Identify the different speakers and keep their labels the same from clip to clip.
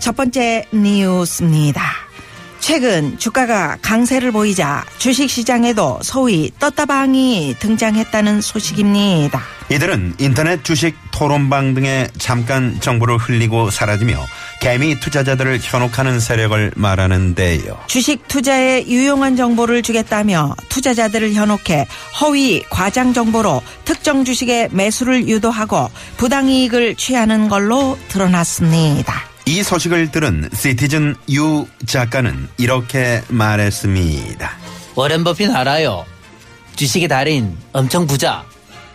Speaker 1: 첫 번째 뉴스입니다. 최근 주가가 강세를 보이자 주식시장에도 소위 떴다방이 등장했다는 소식입니다.
Speaker 2: 이들은 인터넷 주식 토론방 등에 잠깐 정보를 흘리고 사라지며 개미 투자자들을 현혹하는 세력을 말하는데요.
Speaker 1: 주식 투자에 유용한 정보를 주겠다며 투자자들을 현혹해 허위 과장 정보로 특정 주식의 매수를 유도하고 부당이익을 취하는 걸로 드러났습니다.
Speaker 2: 이 소식을 들은 시티즌 유 작가는 이렇게 말했습니다.
Speaker 3: 워렌 버핏 알아요. 주식의 달인, 엄청 부자.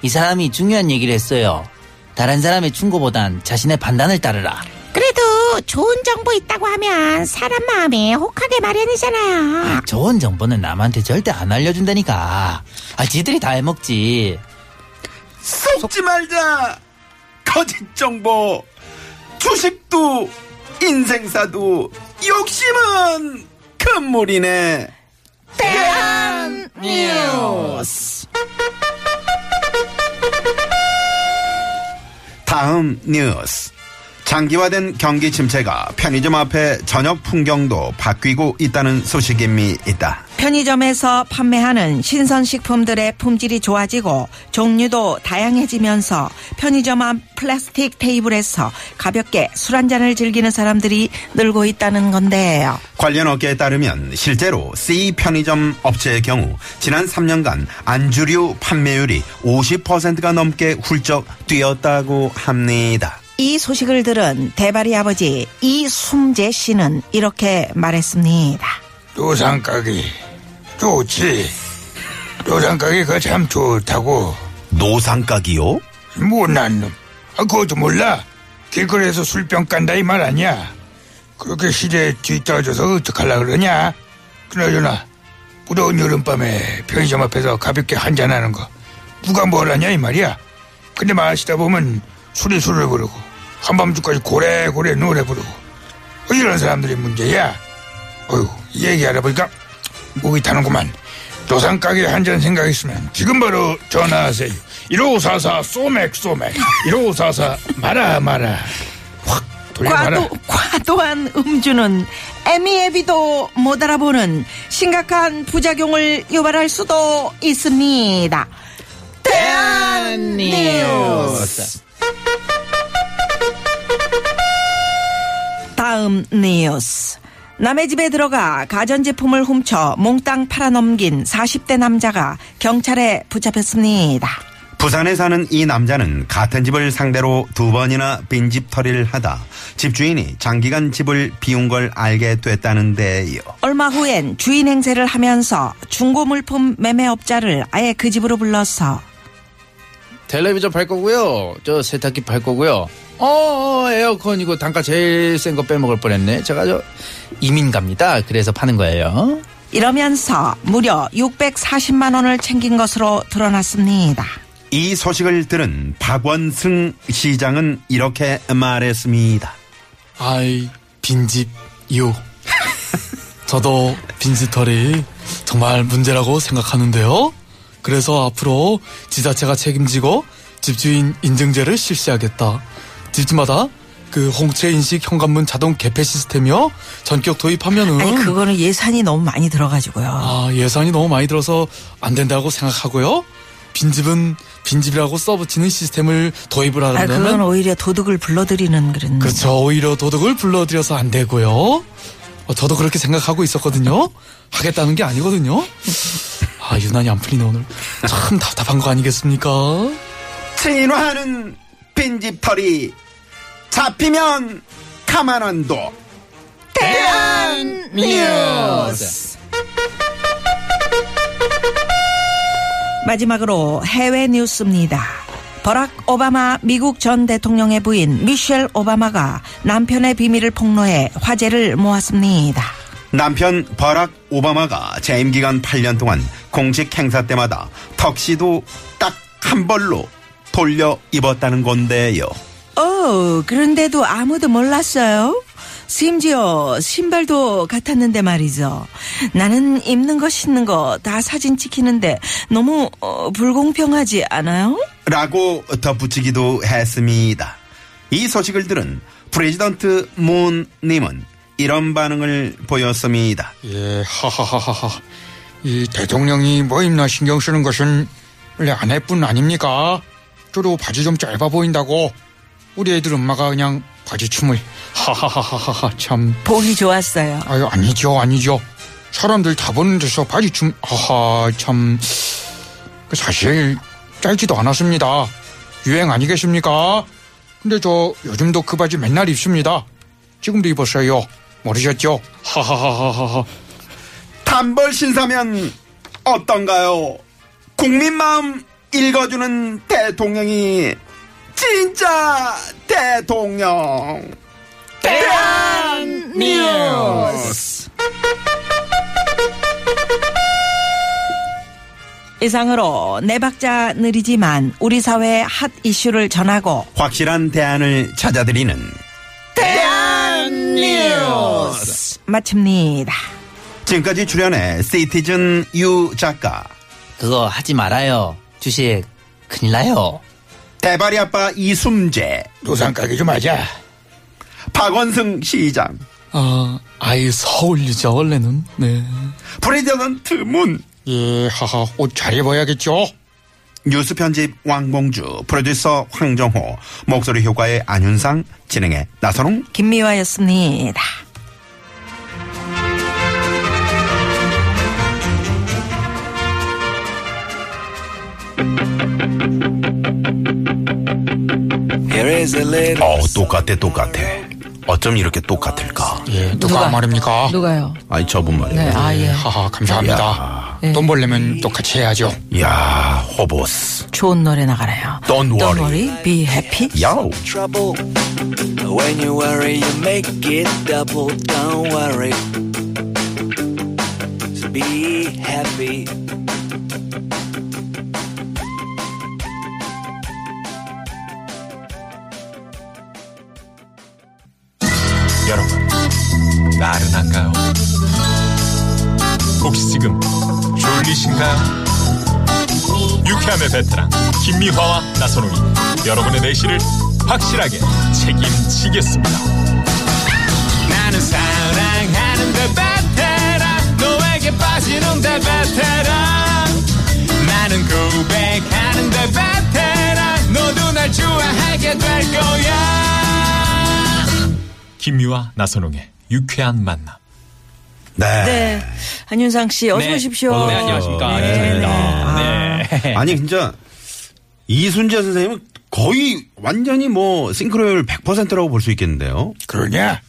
Speaker 3: 이 사람이 중요한 얘기를 했어요. 다른 사람의 충고보단 자신의 판단을 따르라.
Speaker 4: 그래도 좋은 정보 있다고 하면 사람 마음에 혹하게 마련이잖아요.
Speaker 3: 좋은 정보는 남한테 절대 안 알려준다니까. 아, 지들이 다 해먹지.
Speaker 2: 속지 말자! 거짓 정보! 주식도, 인생사도, 욕심은 금물이네! 다음 뉴스. 장기화된 경기 침체가 편의점 앞에 저녁 풍경도 바뀌고 있다는 소식입니다.
Speaker 1: 편의점에서 판매하는 신선식품들의 품질이 좋아지고 종류도 다양해지면서 편의점 앞 플라스틱 테이블에서 가볍게 술 한잔을 즐기는 사람들이 늘고 있다는 건데요.
Speaker 2: 관련 업계에 따르면 실제로 C 편의점 업체의 경우 지난 3년간 안주류 판매율이 50%가 넘게 훌쩍 뛰었다고 합니다.
Speaker 1: 이 소식을 들은 대발이 아버지 이숨재 씨는 이렇게 말했습니다.
Speaker 5: 노상가기 좋지 노상가기 그 참 좋다고
Speaker 2: 노상가기요?
Speaker 5: 못난 놈 아, 그것도 몰라 길거리에서 술병 깐다 이 말 아니야 그렇게 시대에 뒤떨어져서 어떡할라 그러냐 그나저나 무더운 여름밤에 편의점 앞에서 가볍게 한잔하는 거 누가 뭘 하냐 이 말이야 근데 마시다 보면 술이 술을 부르고 한밤중까지 고래고래 노래 부르고 어, 이런 사람들이 문제야 어휴 얘기하다 보니까 목이 타는구만 노상가게 한 잔 생각 있으면 지금 바로 전화하세요 1544 소맥 소맥 1544 마라 마라 확 돌려봐라
Speaker 1: 과도, 과도한 음주는 애미애비도 못 알아보는 심각한 부작용을 유발할 수도 있습니다.
Speaker 3: 아,
Speaker 1: 대한
Speaker 3: 뉴스.
Speaker 1: 다음 뉴스. 남의 집에 들어가 가전제품을 훔쳐 몽땅 팔아넘긴 40대 남자가 경찰에 붙잡혔습니다.
Speaker 2: 부산에 사는 이 남자는 같은 집을 상대로 두 번이나 빈집털이를 하다 집주인이 장기간 집을 비운 걸 알게 됐다는데요.
Speaker 1: 얼마 후엔 주인 행세를 하면서 중고 물품 매매업자를 아예 그 집으로 불러서
Speaker 6: 텔레비전 팔 거고요. 저 세탁기 팔 거고요. 어, 어, 에어컨 이거 단가 제일 센 거 빼먹을 뻔했네. 제가 저 이민갑니다. 그래서 파는 거예요.
Speaker 1: 이러면서 무려 640만 원을 챙긴 것으로 드러났습니다.
Speaker 2: 이 소식을 들은 박원승 시장은 이렇게 말했습니다.
Speaker 7: 아이 빈집이요. 저도 빈집털이 정말 문제라고 생각하는데요. 그래서 앞으로 지자체가 책임지고 집주인 인증제를 실시하겠다. 집집마다 그 홍채 인식 현관문 자동 개폐 시스템이요 전격 도입하면은
Speaker 1: 아니 그거는 예산이 너무 많이 들어가지고요.
Speaker 7: 아, 예산이 너무 많이 들어서 안 된다고 생각하고요. 빈집은 빈집이라고 써붙이는 시스템을 도입을
Speaker 1: 아, 그건
Speaker 7: 하려면
Speaker 1: 오히려 도둑을 불러들이는 그런.
Speaker 7: 그렇죠. 오히려 도둑을 불러들여서 안 되고요. 어, 저도 그렇게 생각하고 있었거든요. 하겠다는 게 아니거든요. 아, 유난히 안 풀리네, 오늘. 참 답답한 거 아니겠습니까?
Speaker 2: 진화하는 빈집털이 잡히면 가만원도
Speaker 3: 뉴스.
Speaker 1: 마지막으로 해외 뉴스입니다. 버락 오바마 미국 전 대통령의 부인 미셸 오바마가 남편의 비밀을 폭로해 화제를 모았습니다.
Speaker 2: 남편 버락 오바마가 재임 기간 8년 동안 공식 행사 때마다 턱시도 딱 한 벌로 돌려 입었다는 건데요.
Speaker 1: 어, 그런데도 아무도 몰랐어요. 심지어 신발도 같았는데 말이죠. 나는 입는 거 신는 거 다 사진 찍히는데 너무 어, 불공평하지 않아요?
Speaker 2: 라고 덧붙이기도 했습니다. 이 소식을 들은 프레지던트 문님은 이런 반응을 보였습니다.
Speaker 5: 예, 하하하하하. 이 대통령이 뭐 입나 신경 쓰는 것은 원래 아내뿐 아닙니까? 주로 바지 좀 짧아 보인다고. 우리 애들 엄마가 그냥 바지 춤을 하하하하하 참.
Speaker 1: 보기 좋았어요.
Speaker 5: 아유 아니죠 아니죠. 사람들 다 보는 데서 바지 춤 아하 참. 그 사실 짧지도 않았습니다. 유행 아니겠습니까? 근데 저 요즘도 그 바지 맨날 입습니다. 지금도 입었어요. 모르셨죠? 하하하하하.
Speaker 2: 단벌 신사면 어떤가요? 국민 마음 읽어주는 대통령이 진짜 대통령.
Speaker 1: 이상으로 네 박자 느리지만 우리 사회의 핫 이슈를 전하고
Speaker 2: 확실한 대안을 찾아드리는
Speaker 1: 마칩니다.
Speaker 2: 지금까지 출연해 시티즌 유 작가
Speaker 3: 그거 하지 말아요. 주식 큰일 나요.
Speaker 2: 대바리 아빠 이숨재
Speaker 5: 노상 가게 좀 하자.
Speaker 2: 박원승 시장
Speaker 7: 아, 아예 서울이죠, 원래는. 네.
Speaker 2: 프레지던트 문
Speaker 5: 예, 하하. 옷 잘 입어야겠죠?
Speaker 2: 뉴스 편집 왕봉주 프로듀서 황정호 목소리 효과의 안윤상 진행해 나선홍
Speaker 1: 김미화였습니다.
Speaker 2: 어 똑같아 똑같아 어쩜 이렇게 똑같을까
Speaker 5: 예, 누가, 말입니까?
Speaker 8: 누가요?
Speaker 2: 아니 저분 말이야
Speaker 8: 네, 아, 예.
Speaker 5: 하하, 감사합니다. 돈 벌려면 똑같이 해야죠.
Speaker 6: 네.
Speaker 2: 야 호보스
Speaker 8: 좋은 노래 나가라요.
Speaker 2: Don't worry.
Speaker 8: be happy.
Speaker 2: 야우
Speaker 9: trouble. When you worry, you make it double. Don't worry. So be happy.
Speaker 10: 여러분, 나른한가요? 혹시 지금 졸리신가요? 유쾌함의 베테랑 김미화와 나선홍이 여러분의 내실을 확실하게 책임지겠습니다. 나는 사랑하는데 베테랑 너에게 빠지는데 베테랑 나는 고백하는데 베테랑 너도 날 좋아하게 될 거야. 김유와 나선홍의 유쾌한 만남.
Speaker 2: 네.
Speaker 1: 네. 한윤상 씨, 어서 오십시오.
Speaker 6: 네, 안녕하십니까.
Speaker 2: 네.
Speaker 6: 안녕하십니까. 네.
Speaker 2: 아니 진짜 이순재 선생님은 거의 완전히 뭐 싱크로율 100%라고 볼 수 있겠는데요.
Speaker 5: 그러냐?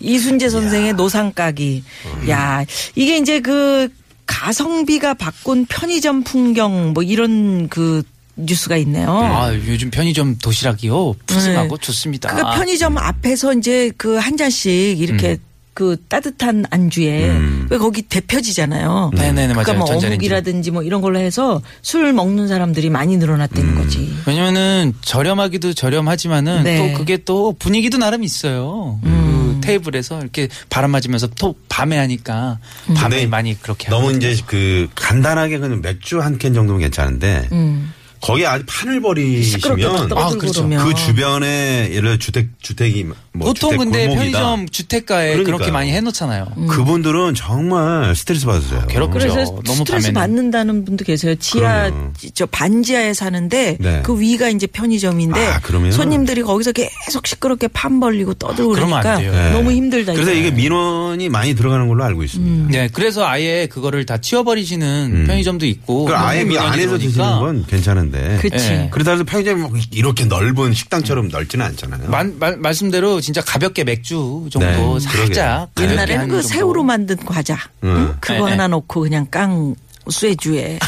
Speaker 1: 이순재 선생의 노상까기.
Speaker 2: 음.
Speaker 1: 야, 이게 이제 그 가성비가 바꾼 편의점 풍경 뭐 이런 그 뉴스가 있네요.
Speaker 6: 아, 요즘 편의점 도시락이요. 푸짐하고 좋습니다.
Speaker 1: 그러니까 편의점 앞에서 이제 그 한 잔씩 이렇게
Speaker 2: 음.
Speaker 1: 그 따뜻한 안주에 왜 거기 대표지잖아요.
Speaker 6: 네네네,
Speaker 1: 그러니까
Speaker 6: 맞아요.
Speaker 1: 뭐
Speaker 6: 전자레인지.
Speaker 1: 어묵이라든지 뭐 이런 걸로 해서 술 먹는 사람들이 많이 늘어났다는
Speaker 6: 음.
Speaker 1: 거지.
Speaker 6: 왜냐면은 저렴하기도 저렴하지만은
Speaker 1: 네. 음.
Speaker 6: 또 그게 또 분위기도 나름 있어요. 그 테이블에서 이렇게 바람 맞으면서 또 밤에 하니까
Speaker 1: 음.
Speaker 6: 밤에
Speaker 2: 근데
Speaker 6: 많이 그렇게
Speaker 2: 네. 너무
Speaker 6: 합니다.
Speaker 2: 이제 그 간단하게 그냥 맥주 한 캔 정도면 괜찮은데
Speaker 6: 음.
Speaker 2: 거기 아주 판을
Speaker 1: 시끄럽게
Speaker 2: 벌이시면
Speaker 1: 떠들고
Speaker 6: 아, 그렇죠.
Speaker 1: 그러면.
Speaker 2: 그 주변에 예를 들어 주택 주택이 뭐
Speaker 6: 보통
Speaker 2: 주택
Speaker 6: 근데
Speaker 2: 골목이다.
Speaker 6: 편의점 주택가에 그렇게
Speaker 2: 그러니까요.
Speaker 6: 많이 해놓잖아요.
Speaker 2: 그분들은 정말 스트레스 받으세요.
Speaker 6: 아,
Speaker 1: 음.
Speaker 6: 괴롭죠.
Speaker 1: 그래서
Speaker 6: 그렇죠. 너무
Speaker 1: 스트레스
Speaker 6: 밤에는.
Speaker 1: 받는다는 분도 계세요. 지하
Speaker 2: 그럼요.
Speaker 1: 저 반지하에 사는데
Speaker 2: 네.
Speaker 1: 그 위가 이제 편의점인데
Speaker 2: 아, 그러면?
Speaker 1: 손님들이 거기서 계속 시끄럽게 판 벌리고 떠들고
Speaker 6: 아, 그러면 안
Speaker 1: 그러니까
Speaker 6: 돼요.
Speaker 2: 네.
Speaker 1: 너무 힘들다.
Speaker 2: 그래서
Speaker 1: 이거는.
Speaker 2: 이게 민원이 많이 들어가는 걸로 알고 있습니다.
Speaker 6: 네, 그래서 아예 그거를 다 치워버리시는 편의점도 있고.
Speaker 2: 음. 그 아예 그
Speaker 6: 너무
Speaker 2: 안에서
Speaker 6: 뭐 민원이
Speaker 2: 드시는
Speaker 6: 들어오니까
Speaker 2: 건 괜찮은데.
Speaker 1: 그치.
Speaker 6: 예.
Speaker 2: 그러다 해서 편의점이 막 이렇게 넓은 식당처럼 넓지는 않잖아요.
Speaker 6: 말- 말- 말씀대로 진짜 가볍게 맥주
Speaker 2: 어. 네, 그러게요.
Speaker 6: 정도 살짝 가볍게
Speaker 1: 옛날에는
Speaker 6: 하는
Speaker 1: 그
Speaker 6: 정도.
Speaker 1: 새우로 만든 과자
Speaker 2: 음.
Speaker 1: 그거
Speaker 6: 뭐. 네,
Speaker 1: 하나 놓고 그냥 깡 쇠주에.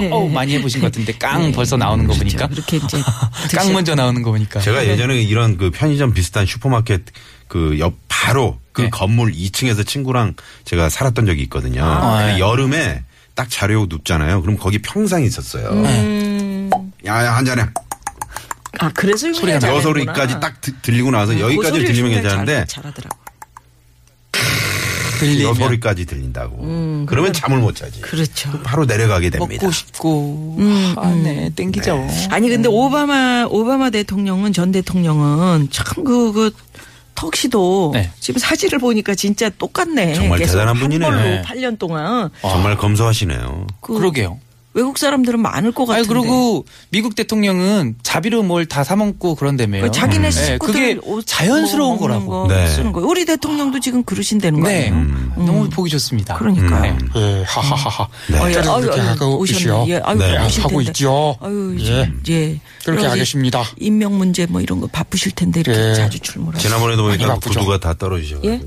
Speaker 1: 네.
Speaker 6: 어, 많이 해보신 것 같은데 깡 벌써 나오는 거 보니까
Speaker 1: 이렇게 이제
Speaker 6: 깡 먼저 나오는 거 보니까
Speaker 1: 네.
Speaker 2: 제가 예전에 이런 그 편의점 비슷한 슈퍼마켓 그 옆 바로
Speaker 1: 네.
Speaker 2: 그 건물 2층에서 친구랑 제가 살았던 적이 있거든요.
Speaker 1: 아, 네.
Speaker 2: 근데 여름에 딱 자려고 눕잖아요. 그럼 거기 평상이 있었어요.
Speaker 1: 음.
Speaker 2: 야야 한 잔에
Speaker 1: 네. 아 그래서 흉내를
Speaker 2: 저
Speaker 1: 잘하는구나.
Speaker 2: 소리까지 딱 드- 들리고 나서
Speaker 1: 음, 그
Speaker 2: 여기까지
Speaker 1: 소리를
Speaker 2: 들리면
Speaker 1: 흉내를 잘-
Speaker 2: 괜찮은데
Speaker 1: 잘하더라고.
Speaker 2: 저 소리까지 들린다고.
Speaker 1: 음,
Speaker 2: 그러면 잠을 못 자지.
Speaker 1: 그렇죠.
Speaker 2: 바로 내려가게 됩니다.
Speaker 6: 싶고
Speaker 1: 아네
Speaker 6: 땡기죠.
Speaker 1: 아니 근데
Speaker 6: 음.
Speaker 1: 오바마 오바마 대통령은 전 대통령은 참 그 그 턱시도
Speaker 2: 네.
Speaker 1: 지금 사진을 보니까 진짜 똑같네.
Speaker 2: 정말
Speaker 1: 계속
Speaker 2: 대단한
Speaker 1: 한
Speaker 2: 분이네요.
Speaker 1: 걸로
Speaker 2: 네.
Speaker 1: 8년 동안
Speaker 2: 정말 검소하시네요.
Speaker 1: 그- 그러게요. 외국 사람들은 많을 것
Speaker 6: 아니
Speaker 1: 같은데.
Speaker 6: 그리고 미국 대통령은 자비로 뭘 다 사먹고 그런다며요.
Speaker 1: 그 자기네
Speaker 6: 음. 네,
Speaker 1: 식구들
Speaker 6: 그게
Speaker 1: 옷
Speaker 6: 자연스러운
Speaker 1: 뭐 먹는 거
Speaker 6: 거라고.
Speaker 2: 네.
Speaker 1: 쓰는 거. 우리 대통령도 지금 그러신다는 거
Speaker 6: 네.
Speaker 1: 아니에요?
Speaker 2: 음.
Speaker 6: 너무 보기 좋습니다.
Speaker 1: 그러니까요.
Speaker 6: 네. 예, 하하하하.
Speaker 2: 네.
Speaker 1: 아유, 아유,
Speaker 6: 그렇게
Speaker 1: 아유,
Speaker 6: 하고
Speaker 1: 어, 예, 오셨네.
Speaker 6: 계시오.
Speaker 1: 예, 아유,
Speaker 6: 네.
Speaker 1: 오실
Speaker 6: 하고
Speaker 1: 텐데.
Speaker 6: 있죠.
Speaker 1: 아유,
Speaker 6: 예.
Speaker 1: 예. 예.
Speaker 6: 그렇게
Speaker 1: 여기
Speaker 6: 하겠습니다. 네.
Speaker 1: 인명 문제 뭐 이런 거 바쁘실 텐데 이렇게 자주 출몰하고.
Speaker 2: 지난번에도 보니까
Speaker 6: 많이 바쁘죠.
Speaker 2: 구두가 다 떨어지셔가지고
Speaker 1: 예?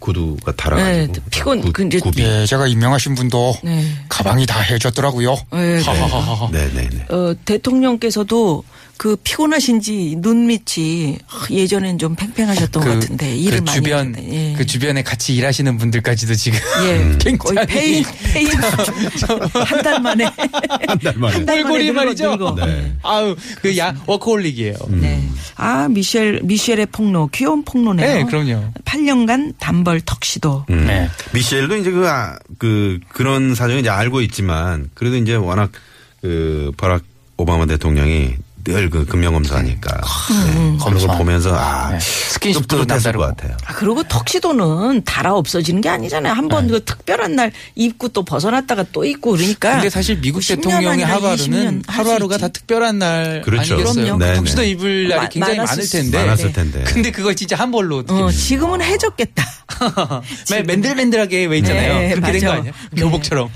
Speaker 2: 구두가 달아가지고
Speaker 1: 네, 피곤 그 이제
Speaker 6: 예, 제가 임명하신 분도
Speaker 1: 네.
Speaker 6: 가방이 다 해줬더라고요.
Speaker 1: 예.
Speaker 6: 하하하하.
Speaker 2: 네네네.
Speaker 1: 어, 대통령께서도 그 피곤하신지 눈밑이 아, 예전엔 좀 팽팽하셨던 것 같은데 일을
Speaker 6: 그
Speaker 1: 많이
Speaker 6: 주변
Speaker 1: 하셨네. 예.
Speaker 6: 그 주변에 같이 일하시는 분들까지도 지금
Speaker 1: 예. 거의
Speaker 6: 굉장히
Speaker 1: 페인 페인 한 달 만에
Speaker 2: 한달 만에.
Speaker 1: 달
Speaker 6: 골골이 말이죠.
Speaker 1: 늙어, 늙어.
Speaker 2: 네.
Speaker 6: 아우 그 야 워커홀릭이에요.
Speaker 1: 네. 아 미셸 미셸의 폭로 귀여운 폭로네요.
Speaker 6: 네, 그럼요.
Speaker 1: 8년간 단벌 턱시도.
Speaker 2: 음.
Speaker 6: 네.
Speaker 2: 미셸도 이제 그, 아, 그, 그런 사정을 이제 알고 있지만 그래도 이제 워낙 그 버락 오바마 대통령이 늘 그 금명검사니까
Speaker 1: 음.
Speaker 2: 네. 그런 걸
Speaker 6: 검사.
Speaker 2: 보면서 아,
Speaker 6: 네.
Speaker 2: 좀
Speaker 6: 스킨십도
Speaker 2: 뿌듯했을
Speaker 6: 남다르고.
Speaker 2: 것 같아요.
Speaker 1: 아, 그리고 턱시도는 달아 없어지는 게 아니잖아요. 한 번
Speaker 6: 네.
Speaker 1: 그 특별한 날 입고 또 벗어났다가 또 입고 그러니까.
Speaker 6: 근데 사실 미국
Speaker 1: 10년
Speaker 6: 대통령의
Speaker 1: 아니라 20년
Speaker 6: 하루하루는
Speaker 1: 할수
Speaker 6: 하루하루가
Speaker 1: 있지.
Speaker 6: 다 특별한 날
Speaker 2: 그렇죠.
Speaker 6: 아니겠어요?
Speaker 2: 그럼요.
Speaker 6: 덥지도
Speaker 2: 네네.
Speaker 6: 입을 날이
Speaker 1: 마-
Speaker 6: 굉장히
Speaker 1: 많았을
Speaker 6: 많을
Speaker 1: 수
Speaker 6: 텐데. 네.
Speaker 2: 많았을 텐데.
Speaker 6: 근데 그걸 진짜 한 벌로 어떻게
Speaker 1: 어, 지금은 해졌겠다.
Speaker 6: 맨- 맨들맨들하게 왜 있잖아요.
Speaker 1: 네,
Speaker 6: 그렇게 된 거
Speaker 1: 맞아.
Speaker 6: 아니야?
Speaker 1: 네.
Speaker 6: 교복처럼.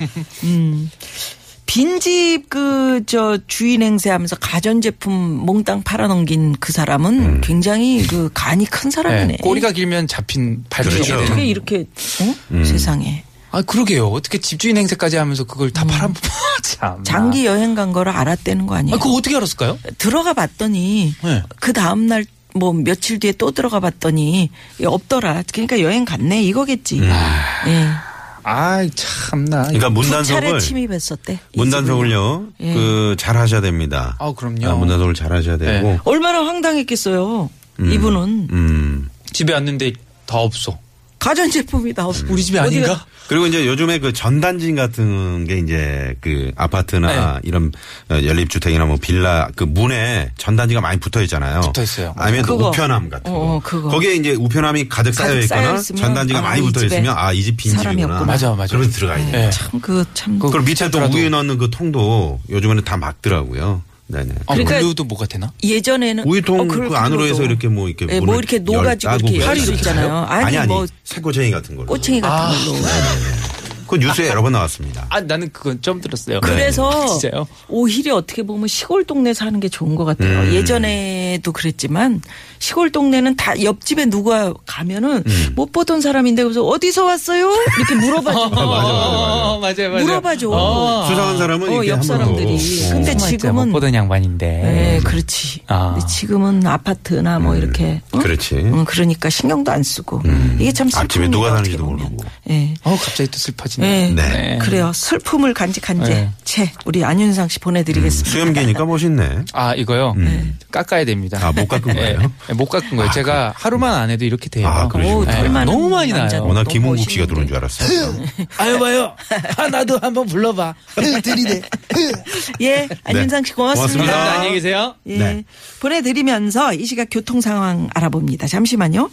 Speaker 1: 빈집 그 저 주인 행세하면서 가전제품 몽땅 팔아넘긴 그 사람은 굉장히 그 간이 큰 사람이네.
Speaker 6: 네, 꼬리가 길면 잡힌 발표가
Speaker 2: 그렇죠.
Speaker 6: 되는.
Speaker 1: 어떻게 이렇게 어? 세상에
Speaker 6: 아 그러게요. 어떻게 집주인 행세까지 하면서 그걸 다 팔아 참.
Speaker 1: 음. 장기 여행 간 거를 알았다는 거 아니에요?
Speaker 6: 아 그거 어떻게 알았을까요?
Speaker 1: 들어가 봤더니
Speaker 6: 네.
Speaker 1: 그 다음 날 뭐 며칠 뒤에 또 들어가 봤더니 없더라. 그러니까 여행 갔네 이거겠지. 예.
Speaker 6: 아 참나.
Speaker 2: 그러니까
Speaker 1: 두 차례
Speaker 2: 문단속을
Speaker 1: 침입했었대. 이 집을요.
Speaker 2: 문단속을요
Speaker 1: 예.
Speaker 2: 그 잘하셔야 됩니다.
Speaker 6: 아, 그럼요.
Speaker 2: 문단속을 잘하셔야 되고
Speaker 6: 네.
Speaker 1: 얼마나 황당했겠어요.
Speaker 2: 음.
Speaker 1: 이분은
Speaker 2: 음.
Speaker 6: 집에 왔는데 다 없어.
Speaker 1: 가전제품이 다 없.
Speaker 6: 우리 집이
Speaker 1: 어디가-
Speaker 6: 아닌가?
Speaker 2: 그리고 이제 요즘에 그 전단지 같은 게 이제 그 아파트나
Speaker 1: 네.
Speaker 2: 이런 어, 연립주택이나 뭐 빌라 그 문에 전단지가 많이 붙어 있잖아요.
Speaker 6: 붙어 있어요.
Speaker 2: 아니면 또
Speaker 1: 그거.
Speaker 2: 우편함 같은 거.
Speaker 1: 어, 어, 그거.
Speaker 2: 거기에 이제 우편함이 가득
Speaker 1: 가득
Speaker 2: 쌓여 있거나
Speaker 1: 쌓여 있으면
Speaker 2: 전단지가
Speaker 1: 아, 이
Speaker 2: 많이 붙어
Speaker 1: 집에
Speaker 2: 있으면 아, 이 집
Speaker 1: 사람이
Speaker 2: 빈집이구나.
Speaker 1: 없구나.
Speaker 6: 맞아, 맞아.
Speaker 2: 그러면 들어가야 돼.
Speaker 6: 네.
Speaker 1: 참 그 참.
Speaker 6: 그-
Speaker 2: 그리고 밑에 또
Speaker 6: 그렇더라도.
Speaker 2: 우유 넣는 그 통도 요즘에는 다 막더라고요. 네네.
Speaker 6: 아,
Speaker 1: 그러니까-
Speaker 6: 원료도 뭐가 되나?
Speaker 1: 예전에는
Speaker 2: 우유통
Speaker 1: 어, 그럴
Speaker 2: 그 안으로
Speaker 1: 필요도.
Speaker 2: 해서 이렇게 뭐 이렇게
Speaker 1: 예,
Speaker 2: 문을
Speaker 1: 뭐 이렇게 녹아지고
Speaker 2: 열 따고
Speaker 1: 이렇게
Speaker 2: 그래요.
Speaker 1: 열수 있잖아요.
Speaker 2: 아니
Speaker 1: 아니,
Speaker 2: 아니
Speaker 1: 뭐
Speaker 2: 새꼬챙이 같은 걸로.
Speaker 1: 꼬챙이 같은 걸로.
Speaker 2: 그 뉴스에 여러 번 나왔습니다.
Speaker 6: 아 나는 그건 처음
Speaker 2: 네.
Speaker 6: 들었어요.
Speaker 1: 그래서
Speaker 6: 네, 진짜요?
Speaker 1: 오히려 어떻게 보면 시골 동네 사는 게 좋은 것 같아요.
Speaker 2: 음.
Speaker 1: 예전에도 그랬지만 시골 동네는 다 옆집에 누가 가면은
Speaker 2: 음.
Speaker 1: 못 보던 사람인데 그래서 어디서 왔어요? 이렇게 물어봐줘.
Speaker 2: 맞아, 맞아, 맞아.
Speaker 6: 어, 맞아요, 맞아요.
Speaker 1: 물어봐줘.
Speaker 2: 수상한 사람은
Speaker 1: 어,
Speaker 2: 이렇게
Speaker 1: 옆
Speaker 2: 함부로.
Speaker 1: 사람들이.
Speaker 2: 어.
Speaker 1: 근데 지금은
Speaker 6: 못뭐 보던 양반인데.
Speaker 1: 네, 그렇지.
Speaker 6: 아.
Speaker 1: 근데 지금은 아파트나 뭐 이렇게. 어?
Speaker 2: 음. 그렇지.
Speaker 1: 응, 그러니까 신경도 안 쓰고. 이게 참 슬픈
Speaker 2: 앞집에 누가 사는지도 모르고.
Speaker 1: 예.
Speaker 6: 어 갑자기 또 슬퍼지네.
Speaker 1: 예.
Speaker 2: 네.
Speaker 1: 그래요. 슬픔을 간직한
Speaker 6: 네.
Speaker 1: 채, 채 우리 안윤상 씨 보내드리겠습니다.
Speaker 2: 수염기니까 멋있네.
Speaker 6: 아 이거요. 깎아야 됩니다.
Speaker 2: 아, 못
Speaker 1: 네.
Speaker 2: 깎은 거예요?
Speaker 6: 예, 못 깎은 거예요. 제가 하루만 안 해도 이렇게 돼요.
Speaker 2: 아, 그러시구나.
Speaker 1: 오,
Speaker 6: 예,
Speaker 1: 털 많은
Speaker 6: 너무 많이
Speaker 1: 남자들.
Speaker 6: 나요.
Speaker 2: 워낙
Speaker 1: 너무
Speaker 2: 김홍국 씨가
Speaker 1: 멋있는데.
Speaker 2: 들어온
Speaker 1: 네.
Speaker 2: 줄 알았어요.
Speaker 6: 아유 봐요. 아, 나도 한번 불러봐. 들이대.
Speaker 1: 예, 안윤상 씨 고맙습니다.
Speaker 2: 고맙습니다.
Speaker 6: 안녕히 계세요.
Speaker 1: 예.
Speaker 2: 네.
Speaker 1: 보내드리면서 이 시각 교통 상황 알아봅니다. 잠시만요.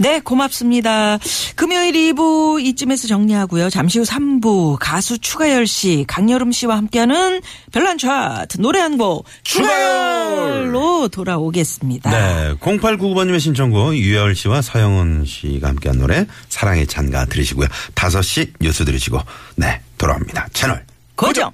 Speaker 1: 네, 고맙습니다. 금요일 2부 이쯤에서 정리하고요. 잠시 후 3부 가수 추가열 씨, 강여름 씨와 함께하는 별난 차트 노래 한 곡 추가열로 돌아오겠습니다.
Speaker 2: 네. 0899번님의 신청곡 유열 씨와 서영은 씨가 함께한 노래 사랑의 찬가 들으시고요. 5시 뉴스 들으시고 네 돌아옵니다. 채널
Speaker 1: 고정.